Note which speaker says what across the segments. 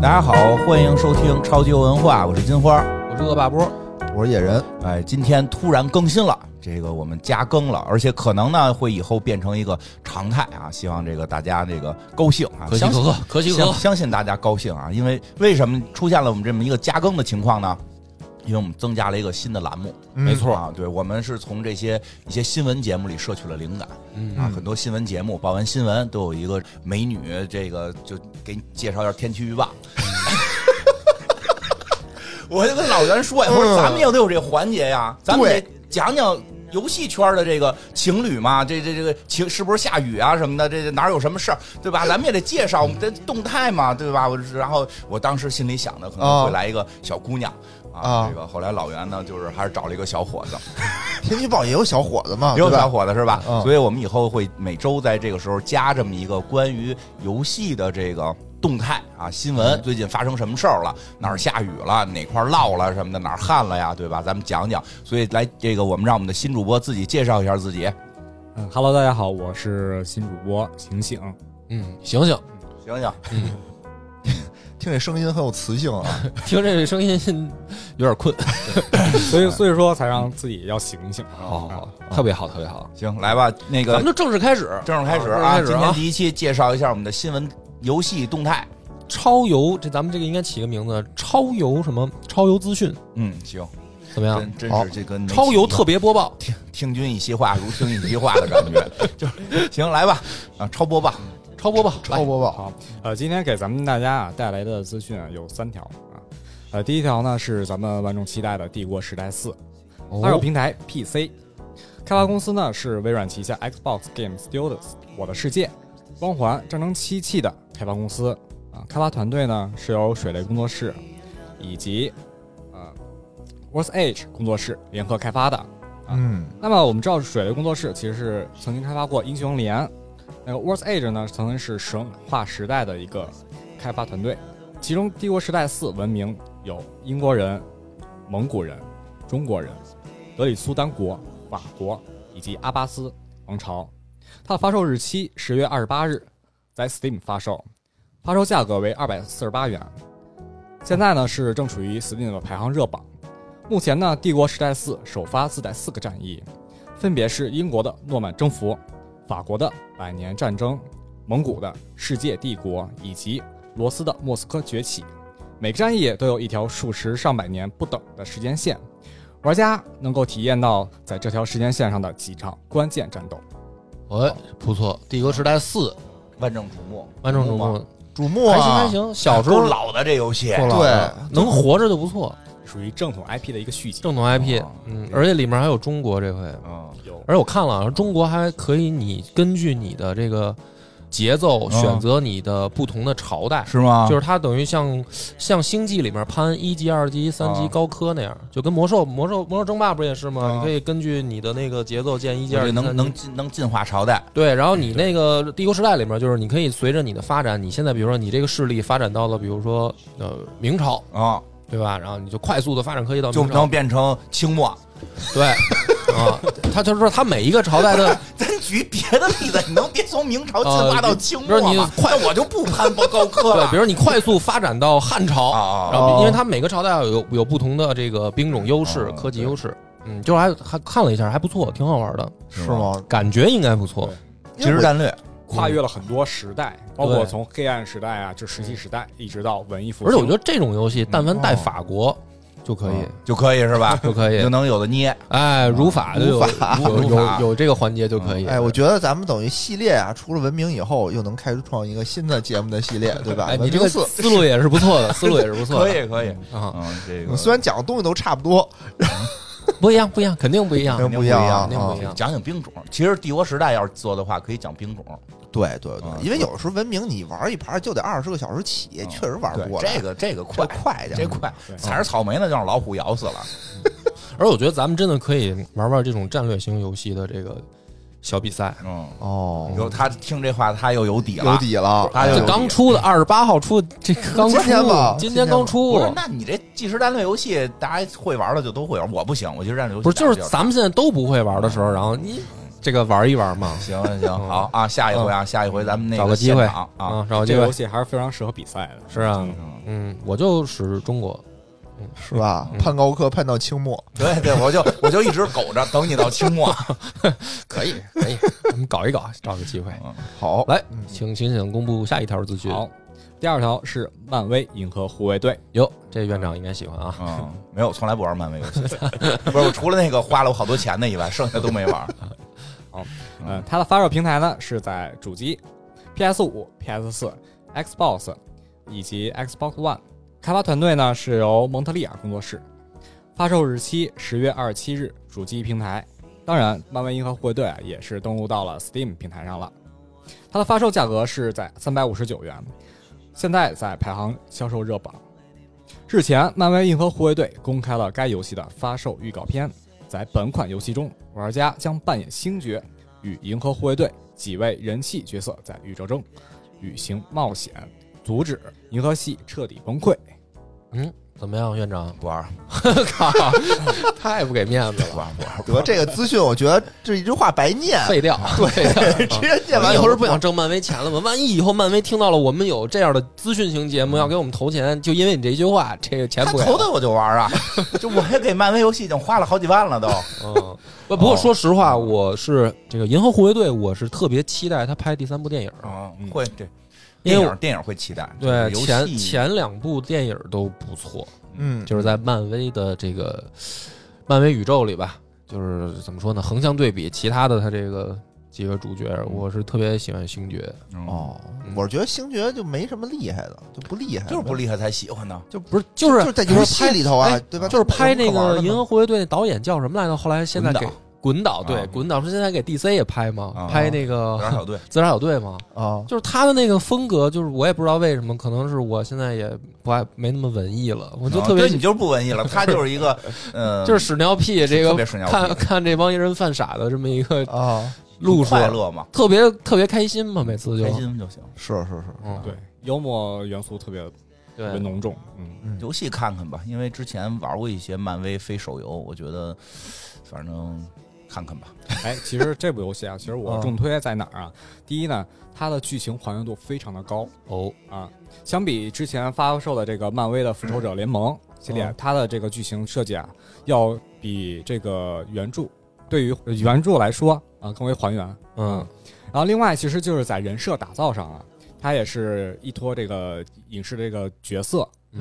Speaker 1: 大家好，欢迎收听超级文化，我是金花。
Speaker 2: 我是恶霸波，
Speaker 3: 我是野人，
Speaker 1: 哎，今天突然更新了，这个我们加更了，而且可能呢会以后变成一个常态啊，希望这个大家这个高兴啊，
Speaker 2: 可喜
Speaker 1: 相
Speaker 2: 可
Speaker 1: 信
Speaker 2: 贺，可喜可
Speaker 1: 相
Speaker 2: 贺。
Speaker 1: 相信大家高兴啊，因为为什么出现了我们这么一个加更的情况呢？因为我们增加了一个新的栏目，
Speaker 3: 嗯没
Speaker 1: 错啊，对我们是从这些一些新闻节目里摄取了灵感，啊，很多新闻节目报完新闻都有一个美女，这个就给你介绍一下天气预报。我就跟老袁说呀，我说咱们也得有这环节呀，咱们得讲讲游戏圈的这个情侣嘛，这这这个情是不是下雨啊什么的，这这哪有什么事儿，对吧？咱们也得介绍我们的动态嘛，对吧？我然后我当时心里想的可能会
Speaker 3: 哦
Speaker 1: 来一个小姑娘啊，
Speaker 3: 啊
Speaker 1: 这个后来老袁呢，就是还是找了一个小伙子，
Speaker 3: 天气预报也有小伙子
Speaker 2: 啊
Speaker 3: 嘛，
Speaker 1: 也有
Speaker 3: 对吧
Speaker 1: 小伙子是吧？
Speaker 3: 嗯
Speaker 1: 所以我们以后会每周在这个时候加这么一个关于游戏的这个动态啊新
Speaker 2: 嗯
Speaker 1: 闻，最近发生什么事儿了？哪儿下雨了？哪块儿涝了什么的？哪儿旱了呀？对吧？咱们讲讲。所以来这个，我们让我们的新主播自己介绍一下自己。
Speaker 4: 嗯哈喽，大家好，我是新主播醒醒。
Speaker 2: 嗯，醒醒，
Speaker 1: 醒醒，
Speaker 3: 听这声音很有磁性啊，
Speaker 2: 听这声 音有点困。
Speaker 4: 所以所以说才让自己要醒啊醒。
Speaker 2: 哎好好好，特别好，特别好。
Speaker 1: 行，来吧，那
Speaker 2: 咱
Speaker 1: 个
Speaker 2: 们就正式开始，
Speaker 1: 正式开始
Speaker 2: 啊
Speaker 1: 啊！
Speaker 2: 正式
Speaker 1: 今
Speaker 2: 开
Speaker 1: 天
Speaker 2: 始啊！
Speaker 1: 第一期介绍一下我们的新闻游戏动态。
Speaker 2: 超游，这咱们这个应该起个名字，超游什么？超游资讯
Speaker 1: 嗯，行，
Speaker 2: 怎么样？
Speaker 1: 真真
Speaker 3: 好
Speaker 1: 是这跟
Speaker 2: 超游特
Speaker 1: 别
Speaker 2: 别播报，
Speaker 1: 听君一席话，如听一席话的感觉， 就是行，来吧啊，超播吧。
Speaker 2: 超播报，
Speaker 3: 超播报，
Speaker 4: 好，呃，今天给咱们大家啊带来的资讯啊有三条啊。呃，第一条呢是咱们万众期待的《帝国时代四》，发售
Speaker 2: 哦，
Speaker 4: 平台 PC，开发公司呢是微软旗下 Xbox Game Studios、我的世界、光环、战争七系的开发公司啊。开发团队呢是由水雷工作室以及呃 w o r t h Age 工作室联合开发的。
Speaker 3: 嗯，
Speaker 4: 那么我们知道，水雷工作室其实是曾经开发过《英雄联》，那个 w o r t Age 呢，曾经是神话时代的一个开发团队，其中《帝国时代四》文明有英国人、蒙古人、中国人、德里苏丹国、法国以及阿巴斯王朝。它的发售日期十月二十八日，在 Steam 发售，发售价格为二百四十八元。现在呢是正处于 Steam 的排行热榜。目前呢，《帝国时代四》首发自带四个战役，分别是英国的诺曼征服、法国的百年战争、蒙古的世界帝国以及罗斯的莫斯科崛起。每个战役都有一条数十上百年不等的时间线，玩家能够体验到在这条时间线上的几场关键战斗。
Speaker 2: 哎，不错，《帝国时代四》
Speaker 1: 万众瞩目，
Speaker 2: 万众瞩
Speaker 1: 吗，
Speaker 2: 目，
Speaker 3: 瞩目
Speaker 2: 还
Speaker 3: 啊，
Speaker 2: 行还行。小时候
Speaker 1: 都老的这游戏，
Speaker 2: 够老的能活着就不错，
Speaker 4: 属于正统 IP 的一个续集。
Speaker 2: 正统 IP，
Speaker 1: 哦
Speaker 2: 嗯，而且里面还有中国这回，
Speaker 1: 嗯，
Speaker 4: 有
Speaker 2: 而且我看了啊，中国还可以你根据你的这个节奏选择你的不同的朝代，
Speaker 1: 是吗？
Speaker 2: 就是它等于像像星际里面攀一级、二级、三级
Speaker 1: 啊
Speaker 2: 高科那样，就跟魔兽、魔兽、魔兽争霸不是也是吗？
Speaker 1: 啊
Speaker 2: 你可以根据你的那个节奏建一级、
Speaker 1: 这
Speaker 2: 二
Speaker 1: 个
Speaker 2: 级、
Speaker 1: 能
Speaker 2: 三级
Speaker 1: 能进能进化朝代，
Speaker 2: 对，然后你那个帝国时代里面，就是你可以随着你的发展，你现在比如说你这个势力发展到了，比如说呃明朝，
Speaker 1: 啊，
Speaker 2: 对吧？然后你就快速的发展科技到
Speaker 1: 就
Speaker 2: 明朝，
Speaker 1: 能变成清末。
Speaker 2: 对啊，他就是说他每一个朝代的
Speaker 1: 咱举别的例子，你能别从明朝进化到清
Speaker 2: 不是
Speaker 1: 末
Speaker 2: 你
Speaker 1: 吗？快，我就不攀不高科
Speaker 2: 对，
Speaker 1: 了
Speaker 2: 比。哦如你快速发展到汉朝，
Speaker 1: 啊
Speaker 2: 然
Speaker 1: 啊！
Speaker 2: 后因为它每个朝代有有不同的这个兵种优势、
Speaker 1: 哦
Speaker 2: 科技
Speaker 1: 对
Speaker 2: 优势，嗯，就是还还看了一下，还不错，挺好玩的，
Speaker 3: 是吗？
Speaker 2: 感觉应该不错
Speaker 4: 对。
Speaker 1: 即时战略，
Speaker 4: 跨越了很多时代，包括
Speaker 2: 对
Speaker 4: 从黑暗时代啊，就石器时代，一直到文艺复
Speaker 2: 而
Speaker 4: 兴。
Speaker 2: 且我觉得这种游戏，但凡带法国就可以，
Speaker 1: 就可以是吧？
Speaker 2: 就可以
Speaker 1: 就，能哦有的捏。
Speaker 2: 哎，儒法就有
Speaker 3: 儒法
Speaker 2: 有
Speaker 1: 儒法
Speaker 2: 有有这个环节就可以。
Speaker 3: 哎，我觉得咱们等于系列啊，出了文明以后，又能开创一个新的节目的系列，对吧？
Speaker 2: 哎，你
Speaker 3: 文
Speaker 2: 这
Speaker 3: 明
Speaker 2: 个
Speaker 3: 四
Speaker 2: 思路也是不错的，思路也是不错
Speaker 1: 可
Speaker 2: 的
Speaker 1: 以可以，
Speaker 2: 啊，
Speaker 1: 嗯，这
Speaker 3: 你
Speaker 1: 个
Speaker 3: 虽然讲的东西都差不多，
Speaker 2: 不一样，不一样，肯定不一样
Speaker 3: 肯。定
Speaker 1: 肯定
Speaker 3: 不一
Speaker 1: 样
Speaker 3: 样
Speaker 1: 啊
Speaker 3: 啊，
Speaker 2: 肯定不一样
Speaker 1: 讲讲兵种。其实帝国时代要是做的话，可以讲兵种。
Speaker 3: 对对对
Speaker 1: 啊，
Speaker 3: 因为有时候文明你玩一盘就得二十个小时起，
Speaker 1: 嗯
Speaker 3: 确实玩不
Speaker 1: 对
Speaker 3: 过来，
Speaker 1: 这个这个快
Speaker 3: 这快一点
Speaker 1: 这快
Speaker 4: 对
Speaker 1: 踩着草莓呢，就让老虎咬死了。
Speaker 2: 而我觉得咱们真的可以玩玩这种战略型游戏的这个小比赛。
Speaker 1: 嗯，
Speaker 3: 哦，
Speaker 1: 有他听这话，他又有底了。
Speaker 3: 有底了，
Speaker 1: 哎呦
Speaker 2: 这刚出的二十八号出的，这个刚出，
Speaker 3: 今天吧
Speaker 2: 今天刚出
Speaker 1: 不是，，那你这即时战略游戏，大家会玩的就都会玩，我不行，我即时战略游戏
Speaker 2: 不是，就
Speaker 1: 打
Speaker 2: 是
Speaker 1: 不了
Speaker 2: 咱们现在都不会玩的时候，然后你这个玩一玩嘛。
Speaker 1: 行 行行，好啊，下一回啊，下一回咱们那
Speaker 2: 找
Speaker 1: 个
Speaker 2: 个机会
Speaker 1: 现场啊，
Speaker 2: 啊，找个机
Speaker 4: 这个
Speaker 2: 会
Speaker 4: 游戏还是非常适合比赛的。
Speaker 2: 是啊
Speaker 4: 嗯，
Speaker 2: 嗯，我就使中国，
Speaker 3: 是吧？
Speaker 2: 嗯
Speaker 3: 盼高科盼到清末，
Speaker 1: 对对，我就我就一直苟着，等你到清 末。
Speaker 2: 可以可以，咱们搞一搞，找个机会。
Speaker 3: 好，
Speaker 2: 来
Speaker 3: 嗯，
Speaker 2: 请请请公布下一条资讯。
Speaker 4: 好，第二条是漫威银河护卫队，
Speaker 2: 哟，这院长应该喜欢啊。
Speaker 1: 嗯，没有，从来不玩漫威游戏，不是，我除了那个花了我好多钱的以外，剩下都没 玩。？
Speaker 4: 嗯，它的发售平台呢是在主机、PS 五、PS 四、Xbox 以及 Xbox One。开发团队呢是由蒙特利尔工作室，发售日期十月二十七日，主机平台。当然，漫威银河护卫队啊也是登陆到了 Steam 平台上了。它的发售价格是在三百五十九元，现在在排行销售热榜。日前，漫威银河护卫队公开了该游戏的发售预告片，在本款游戏中，玩家将扮演星爵与银河护卫队几位人气角色在宇宙中旅行冒险，阻止银河系彻底崩溃。
Speaker 2: 嗯，怎么样，院长
Speaker 1: 不玩，
Speaker 2: 靠，太不给面子
Speaker 1: 不
Speaker 2: 了，
Speaker 1: 玩，不玩。
Speaker 3: 得这个资讯，我觉得这一句话白念，
Speaker 2: 废 掉，废掉。啊
Speaker 3: 直接念
Speaker 2: 我
Speaker 3: 完
Speaker 2: 以
Speaker 3: 以
Speaker 2: 后
Speaker 3: 后
Speaker 2: 是不想挣漫威钱了吗？万一以后漫威听到了我们有这样的资讯型节目要给我们投钱，就因为你这句话，这个钱
Speaker 1: 嗯他
Speaker 2: 不给
Speaker 1: 投
Speaker 2: 了。
Speaker 1: 的我就玩啊，就我也给漫威游戏已经花了好几万了都。
Speaker 2: 嗯， 不不过说实话，我是这个《银河护卫队》，我是特别期待他拍第三部电影。
Speaker 1: 嗯，会对，
Speaker 2: 因为
Speaker 1: 电
Speaker 2: 我
Speaker 1: 影电影会期待，
Speaker 2: 对，
Speaker 1: 游
Speaker 2: 前
Speaker 1: 戏
Speaker 2: 前两部电影都不错，
Speaker 3: 嗯，
Speaker 2: 就是在漫威的这个漫威宇宙里吧，就是怎么说呢？横向对比其他的他这个几个主角，我是特别喜欢星爵，
Speaker 1: 哦，
Speaker 3: 哦，我觉得星爵就没什么厉害的，就不厉害，
Speaker 2: 哎
Speaker 1: 就是不厉害才喜欢呢。
Speaker 2: 就不是就是
Speaker 3: 就是在游戏里头啊
Speaker 2: 哎，
Speaker 3: 对吧？
Speaker 2: 就是拍那
Speaker 3: 有什么可玩
Speaker 2: 个
Speaker 3: 的
Speaker 2: 《
Speaker 3: 吗
Speaker 2: 银河护卫队》那导演叫什么来着？后来现在给
Speaker 1: 滚导
Speaker 2: 滚导对
Speaker 1: 啊
Speaker 2: 滚导是现在给 DC 也拍嘛
Speaker 1: 啊，
Speaker 2: 拍那
Speaker 1: 有
Speaker 2: 个
Speaker 1: 点小队，
Speaker 2: 自杀小队嘛，
Speaker 3: 啊，
Speaker 2: 就是他的那个风格，就是我也不知道为什么，可能是我现在也不爱没那么文艺了，我就特别
Speaker 1: 啊哦对你就是不文艺了，他就是一 个，嗯，
Speaker 2: 就是屎尿屁这
Speaker 1: 特
Speaker 2: 个
Speaker 1: 别屎尿屁
Speaker 2: 看看这帮人犯傻的这么一个
Speaker 3: 啊，
Speaker 2: 路数，
Speaker 1: 快乐嘛，
Speaker 2: 特别特别开心嘛，每次就
Speaker 1: 开心就行。
Speaker 3: 是是是，
Speaker 2: 嗯
Speaker 4: 啊对，幽默元素特别特别
Speaker 2: 对
Speaker 4: 浓重。嗯，
Speaker 3: 嗯，
Speaker 1: 游戏看看吧，因为之前玩过一些漫威非手游，我觉得反正看看吧。
Speaker 4: 哎，其实这部游戏啊，其实我
Speaker 3: 啊
Speaker 4: 重推在哪儿啊？第一呢，它的剧情还原度非常的高
Speaker 2: 哦
Speaker 4: 啊，相比之前发售的这个漫威的复仇者联盟系列
Speaker 3: 嗯，
Speaker 4: 它的这个剧情设计啊，要比这个原著对于原著来说啊更为还原。
Speaker 2: 嗯
Speaker 4: 然后另外其实就是在人设打造上啊，他也是依托这个影视这个角色，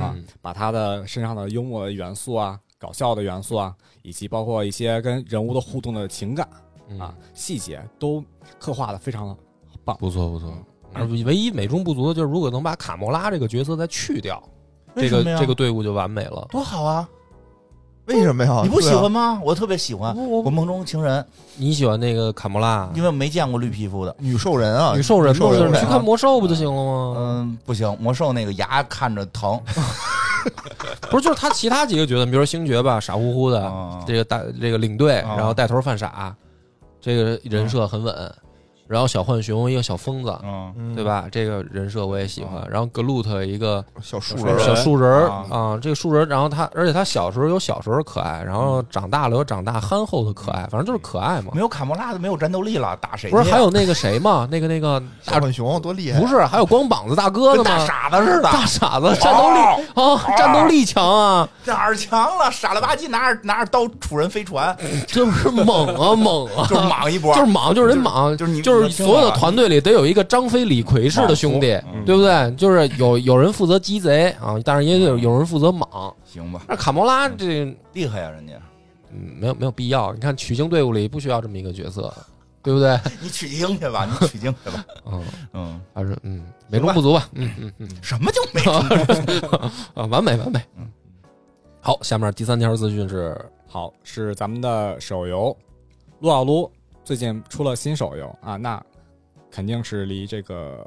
Speaker 4: 啊
Speaker 2: 嗯
Speaker 4: 把他的身上的幽默的元素啊、搞笑的元素啊，以及包括一些跟人物的互动的情感
Speaker 2: 嗯
Speaker 4: 啊、细节都刻画的非常的棒。
Speaker 2: 不错不错。而唯一美中不足的就是，如果能把卡魔拉这个角色再去掉，这个
Speaker 1: 为什么呀
Speaker 2: 这个队伍就完美了。
Speaker 1: 多好啊！
Speaker 3: 为什么呀？
Speaker 1: 你不喜
Speaker 3: 对啊
Speaker 1: 欢吗？我特别喜欢。
Speaker 2: 我
Speaker 1: 啊我梦中情人，
Speaker 2: 你喜欢那个卡魔拉
Speaker 1: 因为我没见过绿皮肤的。
Speaker 3: 女兽人啊？
Speaker 2: 嗯女兽人
Speaker 3: 女
Speaker 2: 吗？
Speaker 3: 兽
Speaker 2: 就是
Speaker 3: 人
Speaker 2: 你去
Speaker 3: 啊
Speaker 2: 看魔兽不就行了吗？
Speaker 1: 嗯，不行，魔兽那个牙看着疼。
Speaker 2: 不是，就是他其他几个角色，比如说星爵吧，傻乎乎的，
Speaker 1: 啊
Speaker 2: 这个带这个领队，
Speaker 1: 啊
Speaker 2: 然后带头犯傻，这个人设很稳。然后小浣熊一个小疯子，
Speaker 1: 嗯，哦
Speaker 3: 嗯
Speaker 2: 对？吧？这个人设我也喜欢。然后 Glut 一个
Speaker 3: 小树
Speaker 4: 人
Speaker 2: 小树人儿
Speaker 1: 啊
Speaker 2: 啊，这个树人儿，然后他，而且他小时候有小时候可爱，
Speaker 1: 嗯
Speaker 2: 然后长大了有长大憨厚的可爱，反正就是可爱嘛
Speaker 1: 没。有卡魔拉的没有战斗力了，打谁去啊呀？
Speaker 2: 不是还有那个谁嘛？那个那个
Speaker 3: 大
Speaker 2: 大
Speaker 3: 浣熊多厉害！
Speaker 2: 不是还有光膀子大哥
Speaker 1: 跟
Speaker 2: 的
Speaker 1: 大
Speaker 2: 吗？
Speaker 1: 傻子似的，
Speaker 2: 大傻子战斗力哦，战斗力强啊，
Speaker 1: 哪儿强了？傻了吧唧，拿着拿着刀杵人飞 船，
Speaker 2: 这不是猛啊猛啊！
Speaker 1: 就是莽一波，
Speaker 2: 就是莽，就是人莽，
Speaker 1: 就是你
Speaker 2: 就是
Speaker 1: 你听我
Speaker 2: 所有的
Speaker 1: 啊
Speaker 2: 团队里得有一个张飞、李逵式的兄弟，对不对？就是有有人负责鸡贼啊，但是也有有人负责莽。
Speaker 1: 行吧，
Speaker 2: 那卡魔拉这
Speaker 1: 厉害啊呀、人家。
Speaker 2: 嗯没有没有必要，你看取经队伍里不需要这么一个角色，对不对？
Speaker 1: 你取经 去吧，你取经去吧。
Speaker 2: 嗯，
Speaker 1: 嗯，
Speaker 2: 还是嗯美中不足吧，嗯嗯嗯
Speaker 1: 什么叫没 成功？
Speaker 2: 啊，完美完美。嗯，好，下面第三条资讯是
Speaker 4: 好，是咱们的手游《撸啊撸》最近出了新手游啊，那肯定是离这个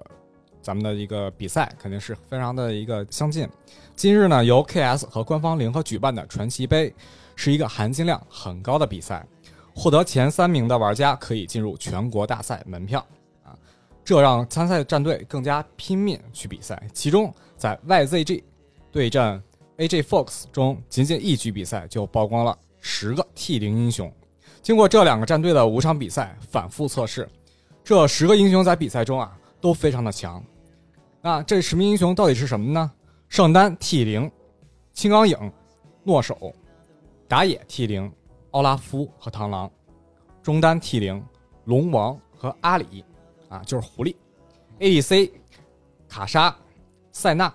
Speaker 4: 咱们的一个比赛肯定是非常的一个相近。近日呢，由 KS 和官方联合举办的传奇杯是一个含金量很高的比赛，获得前三名的玩家可以进入全国大赛门票啊，这让参赛战队更加拼命去比赛。其中在 YZG 对战 AJ Fox 中，仅仅一局比赛就曝光了十个 T 零英雄，经过这两个战队的五场比赛反复测试，这十个英雄在比赛中啊都非常的强。那这十名英雄到底是什么呢？圣丹 T 零、青钢影、诺手、打野 T 零、奥拉夫和螳螂，中单 T 零、龙王和阿里，啊，就是狐狸，ADC 卡莎、塞纳、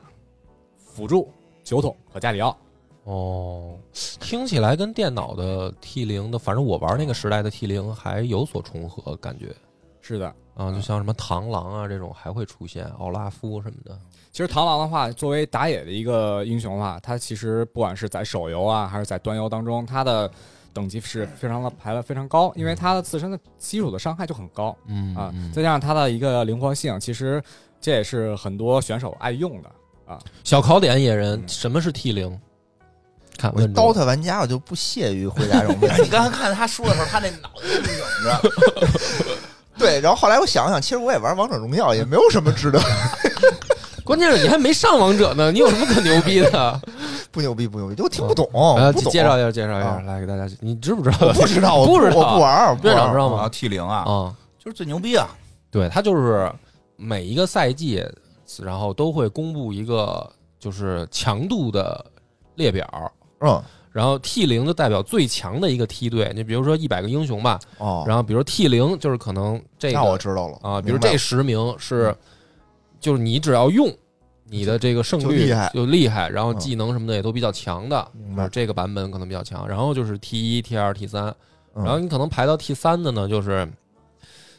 Speaker 4: 辅助酒桶和加里奥。
Speaker 2: 哦，听起来跟电脑的 T 零的，反正我玩那个时代的 T 零还有所重合，感觉
Speaker 4: 是的，
Speaker 2: 啊，
Speaker 3: 嗯
Speaker 2: 就像什么螳螂啊这种还会出现，奥拉夫什么的。
Speaker 4: 其实螳螂的话，作为打野的一个英雄的话，它其实不管是在手游啊，还是在端游当中，它的等级是非常的排的非常高，因为它的自身的基础的伤害就很高
Speaker 2: 嗯
Speaker 4: 啊，
Speaker 2: 嗯
Speaker 4: 再加上它的一个灵活性，其实这也是很多选手爱用的啊。
Speaker 2: 小考点野人，什么是 T 零？看
Speaker 3: 嗯我
Speaker 2: 问住了
Speaker 3: DOTA 玩家，我就不屑于回答这种问
Speaker 1: 你
Speaker 3: 题。
Speaker 1: 刚才看他说的时候，他那脑袋就拧着，
Speaker 3: 对，然后后来我想想，其实我也玩王者荣耀，也没有什么 值得
Speaker 2: 关键是你还没上王者呢，你有什么可牛逼 的？
Speaker 3: 不牛逼不牛逼，就我听不懂，
Speaker 2: 啊，
Speaker 3: 哦不懂，
Speaker 2: 介绍一下，介绍一下，
Speaker 3: 啊
Speaker 2: 来给大家，你知不知道？
Speaker 3: 我不知道， 我
Speaker 2: 不知道
Speaker 3: 我不玩儿，我不
Speaker 2: 院
Speaker 3: 玩
Speaker 2: 长
Speaker 3: 儿
Speaker 2: 知道
Speaker 1: 然后
Speaker 2: 吗？
Speaker 1: T 零啊，
Speaker 2: 啊，
Speaker 1: 就是最牛逼啊！
Speaker 2: 对，他就是每一个赛季，然后都会公布一个就是强度的列表，
Speaker 3: 嗯，
Speaker 2: 然后 T 零就代表最强的一个梯队，你比如说一百个英雄吧，
Speaker 3: 哦，
Speaker 2: 然后比如 T 零就是可能这
Speaker 3: 那我
Speaker 2: 个
Speaker 3: 知道了
Speaker 2: 啊，比
Speaker 3: 明
Speaker 2: 如
Speaker 3: 白嗯
Speaker 2: 这十名是，就是你只要用。你的这个胜
Speaker 3: 就
Speaker 2: 率
Speaker 3: 厉害
Speaker 2: 就厉害，然后
Speaker 3: 嗯
Speaker 2: 技能什么的也都比较强的，
Speaker 3: 明
Speaker 2: 就
Speaker 3: 白
Speaker 2: 是这个版本可能比较强。然后就是 T 一、T 二、T 三，
Speaker 3: 嗯
Speaker 2: 然后你可能排到 T 三的呢，就是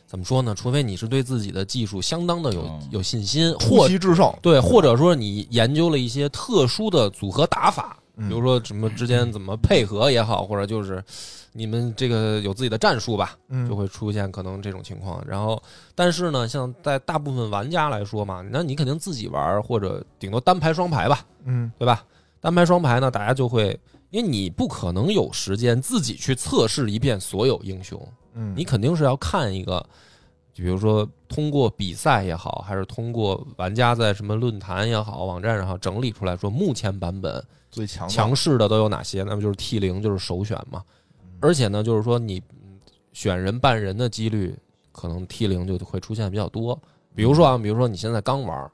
Speaker 2: 怎么说呢？除非你是对自己的技术相当的有、
Speaker 1: 嗯
Speaker 2: 有信心，
Speaker 3: 突
Speaker 2: 或
Speaker 3: 击制胜，
Speaker 2: 对，或者说你研究了一些特殊的组合打法，
Speaker 3: 嗯
Speaker 2: 比如说什么之间怎么配合也好，或者就是你们这个有自己的战术吧，
Speaker 3: 嗯
Speaker 2: 就会出现可能这种情况。然后，但是呢，像在大部分玩家来说嘛，那你肯定自己玩儿或者顶多单排双排吧，
Speaker 3: 嗯
Speaker 2: 对吧？单排双排呢，大家就会，因为你不可能有时间自己去测试一遍所有英雄，
Speaker 3: 嗯，
Speaker 2: 你肯定是要看一个，比如说通过比赛也好，还是通过玩家在什么论坛也好、网站上好整理出来说，目前版本
Speaker 3: 最强的
Speaker 2: 强势的都有哪些？那么就是 T 零就是首选嘛，
Speaker 3: 嗯
Speaker 2: 而且呢，就是说你嗯选人办人的几率，可能 T 零就会出现比较多。比如说啊，比如说你现在刚玩儿，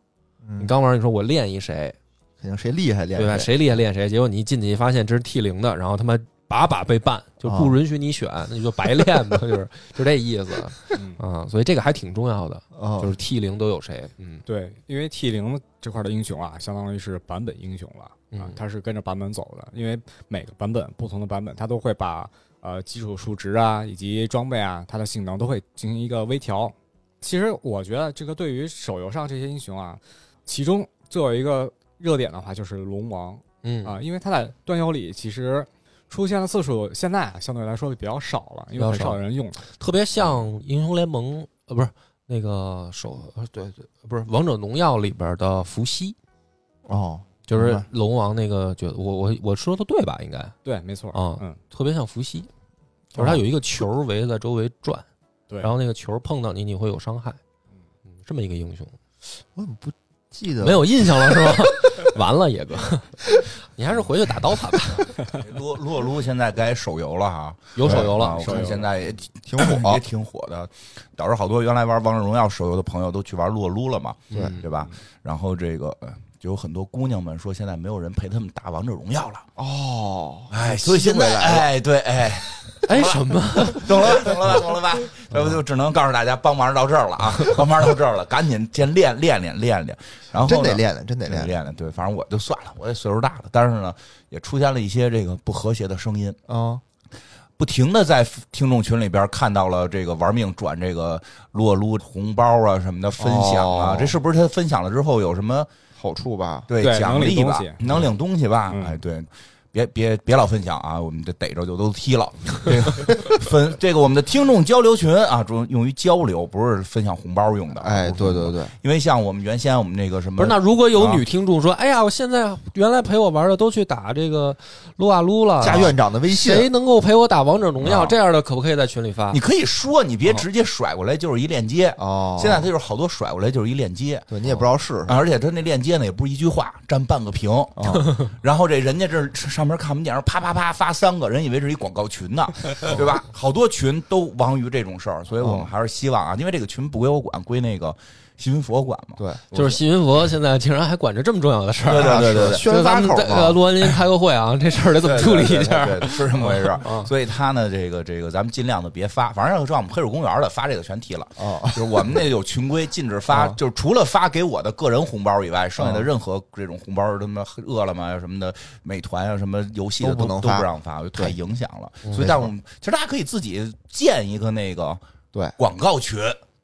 Speaker 3: 嗯
Speaker 2: 你刚玩儿，你说我练一谁，
Speaker 3: 肯定谁厉害练
Speaker 2: 对吧？谁
Speaker 3: 谁
Speaker 2: 厉害练谁，结果你一进去一发现这是 T 零的，然后他妈把把被办，就
Speaker 3: 啊
Speaker 2: 不允许你选，那就白练嘛，就是就这意思
Speaker 4: 嗯，
Speaker 2: 啊。所以这个还挺重要的，
Speaker 3: 啊
Speaker 2: 就是 T 零都有谁，嗯
Speaker 4: 对，因为 T 零这块的英雄啊，相当于是版本英雄了啊
Speaker 2: 嗯，
Speaker 4: 它是跟着版本走的，因为每个版本不同的版本，它都会把呃基础数值啊以及装备啊它的性能都会进行一个微调。其实我觉得这个对于手游上这些英雄啊，其中最有一个热点的话就是龙王
Speaker 2: 嗯
Speaker 4: 啊，因为它在端游里其实出现的次数现在啊相对来说比较少了，因
Speaker 2: 比较
Speaker 4: 为很
Speaker 2: 少
Speaker 4: 少有人用它。
Speaker 2: 特别像英雄联盟呃，不是那个手呃对对不是王者荣耀里边的伏羲，
Speaker 3: 哦，
Speaker 2: 就是
Speaker 3: 明白
Speaker 2: 龙王那个角，我我我说的对吧？应该
Speaker 4: 对，没错，
Speaker 2: 啊
Speaker 4: 嗯，
Speaker 2: 特别像伏羲，就是它有一个球围在周围转，
Speaker 4: 对
Speaker 2: 然后那个球碰到你，你会有伤害，嗯，这么一个英雄。
Speaker 3: 我怎么不记得
Speaker 2: 没有印象了是吧？完了，野哥，你还是回去打刀塔吧。
Speaker 1: 撸撸啊撸现在该手游了哈，
Speaker 2: 有手游
Speaker 1: 啊
Speaker 2: 了，啊
Speaker 1: 我
Speaker 4: 手游
Speaker 1: 看
Speaker 4: 了
Speaker 1: 现在也挺
Speaker 3: 挺火
Speaker 1: 也，挺火的，导致好多原来玩王者荣耀手游的朋友都去玩撸啊撸了嘛，
Speaker 3: 对
Speaker 2: 嗯
Speaker 1: 对吧？然后这个呃就有很多姑娘们说，现在没有人陪他们打王者荣耀了，
Speaker 3: 哦，
Speaker 1: 哎，所以现
Speaker 3: 吸
Speaker 1: 在
Speaker 3: 回来了
Speaker 1: 哎，对，哎，
Speaker 2: 哎，什么？
Speaker 1: 懂了吧，懂了吧，懂了 吧？
Speaker 3: 嗯
Speaker 1: 要不就只能告诉大家，帮忙到这儿了啊， 帮忙到这儿了，赶紧先练练练练练，然后
Speaker 3: 真
Speaker 1: 呢
Speaker 3: 得练练，真得
Speaker 1: 真得
Speaker 3: 练练
Speaker 1: 练练，对，反正我就算了，我也岁数大了，但是呢，也出现了一些这个不和谐的声音，
Speaker 3: 啊！
Speaker 1: 不停的在听众群里边看到了这个玩命转这个撸啊撸红包啊什么的分享啊，
Speaker 3: 哦
Speaker 1: 这是不是他分享了之后有什么
Speaker 3: 好处吧，
Speaker 1: 对
Speaker 4: 对
Speaker 1: 奖
Speaker 4: 能领
Speaker 1: 励吧
Speaker 4: 东西？
Speaker 1: 能领东西吧？
Speaker 4: 嗯
Speaker 1: 哎，对。别别别老分享啊！我们这逮着就都踢了。这个分这个我们的听众交流群啊，主用于交流，不是分享红包用的啊。
Speaker 3: 哎，
Speaker 1: 不是
Speaker 3: 对对对，
Speaker 1: 因为像我们原先我们那个什么，
Speaker 2: 不是，那如果有
Speaker 1: 啊
Speaker 2: 女听众说，哎呀，我现在原来陪我玩的都去打这个撸啊撸了，
Speaker 3: 加院长的微信，
Speaker 2: 谁能够陪我打王者荣
Speaker 1: 啊
Speaker 2: 耀？这样的可不可以在群里发
Speaker 1: 你？可以说，你别直接甩过来就是一链接。
Speaker 3: 哦，
Speaker 1: 现在啊它就是好多甩过来就是一链接，
Speaker 3: 对你也不知道是什么
Speaker 1: 而且它那链接呢也不是一句话，占半个屏。
Speaker 3: 啊，
Speaker 1: 然后这人家这上上面看我们电影，啪啪啪发三个人，以为是一广告群呢，对吧？好多群都亡于这种事儿，所以我们还是希望啊，因为这个群不归我管，归那个新云佛管嘛。
Speaker 3: 对，
Speaker 2: 就是信云佛现在竟然还管着这么重要的事儿，
Speaker 1: 对对对对
Speaker 3: 宣发口
Speaker 2: 所以咱们在呃
Speaker 3: 嘛，
Speaker 2: 录完音开个会啊，这事儿得怎么处理一下？
Speaker 1: 对对对对是这么回事儿
Speaker 3: 嗯
Speaker 2: 啊。
Speaker 1: 所以他呢，这个这个，咱们尽量的别发，反正要让我们黑水公园的发这个全踢了。
Speaker 3: 哦，
Speaker 1: 就是我们那有群规，禁止发，
Speaker 3: 啊
Speaker 1: 就是除了发给我的个人红包以外，剩下的
Speaker 3: 哦
Speaker 1: 任何这种红包，什么饿了么呀、什么的，美团啊、什么游戏的
Speaker 3: 都不能
Speaker 1: 都
Speaker 3: 发
Speaker 1: 不让发，太影响了。
Speaker 2: 嗯
Speaker 1: 所以，但我们其实大家可以自己建一个那个
Speaker 3: 对
Speaker 1: 广告群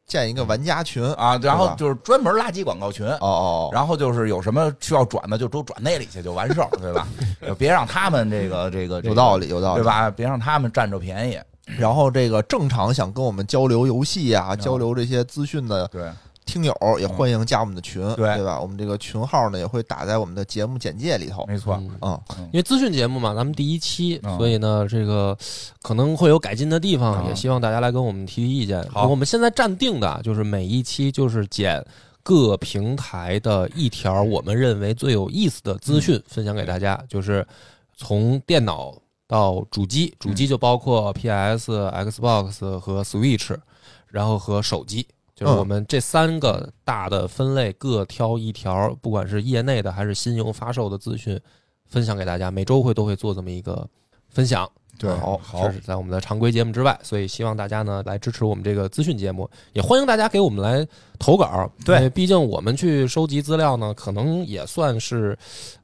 Speaker 3: 建一个玩家群，哦
Speaker 1: 啊，然后
Speaker 3: 吧
Speaker 1: 就是专门垃圾广告群。
Speaker 3: 哦，
Speaker 1: 然后就是有什么需要转的，就都转那里去就完事儿，对 吧？就别让他们这个这个
Speaker 3: 有道
Speaker 1: 理，
Speaker 3: 理，有道理
Speaker 1: 对，吧？别让他们占着便宜。
Speaker 3: 然后这个正常想跟我们交流游戏啊、交流这些资讯的
Speaker 1: 对，
Speaker 3: 听友，也欢迎加我们的群，
Speaker 1: 对
Speaker 3: 对吧？我们这个群号呢也会打在我们的节目简介里头。
Speaker 1: 没错，
Speaker 2: 嗯
Speaker 3: 嗯，
Speaker 2: 因为资讯节目嘛，咱们第一期，
Speaker 1: 啊嗯
Speaker 2: 所以呢，这个可能会有改进的地方，
Speaker 1: 嗯
Speaker 2: 也希望大家来跟我们提提意见。
Speaker 1: 好
Speaker 2: 我们现在暂定的就是每一期就是捡各平台的一条我们认为最有意思的资
Speaker 1: 嗯
Speaker 2: 讯分享给大家，就是从电脑到主机，主
Speaker 1: 嗯
Speaker 2: 机就包括 PS、Xbox 和 Switch，然后和手机。就是
Speaker 3: 嗯
Speaker 2: 我们这三个大的分类各挑一条，不管是业内的还是新游发售的资讯，分享给大家。每周会都会做这么一个分享，
Speaker 1: 对
Speaker 2: 好，
Speaker 1: 好
Speaker 2: 这是在我们的常规节目之外，所以希望大家呢来支持我们这个资讯节目，也欢迎大家给我们来投稿。
Speaker 1: 对
Speaker 2: 因为毕竟我们去收集资料呢，可能也算是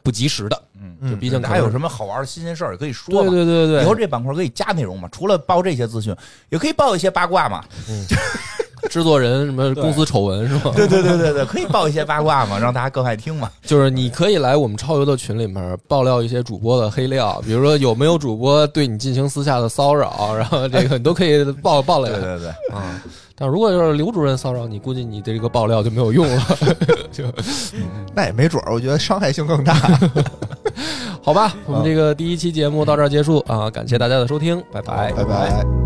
Speaker 2: 不及时的，
Speaker 1: 嗯，
Speaker 3: 嗯，
Speaker 2: 毕竟
Speaker 1: 大
Speaker 2: 可
Speaker 1: 家
Speaker 2: 能
Speaker 1: 有什么好玩的新鲜事儿也可以说
Speaker 2: 对
Speaker 1: 嘛。
Speaker 2: 对对对，
Speaker 1: 以后这板块可以加内容嘛？除了报这些资讯，也可以报一些八卦嘛？
Speaker 2: 制作人什么公司丑闻是吧？
Speaker 1: 对对对对对，可以报一些八卦嘛，让大家更爱听嘛。
Speaker 2: 就是你可以来我们超游的群里面爆料一些主播的黑料，比如说有没有主播对你进行私下的骚扰，然后这个你都可以爆爆
Speaker 1: 对
Speaker 2: 料
Speaker 1: 对对，
Speaker 2: 啊。但如果就是刘主任骚扰你，估计你这个爆料就没有用了，
Speaker 3: 那也没准儿，我觉得伤害性更大。
Speaker 2: 好吧？我们这个第一期节目到这儿结束啊，感谢大家的收听，拜拜。
Speaker 3: 拜拜。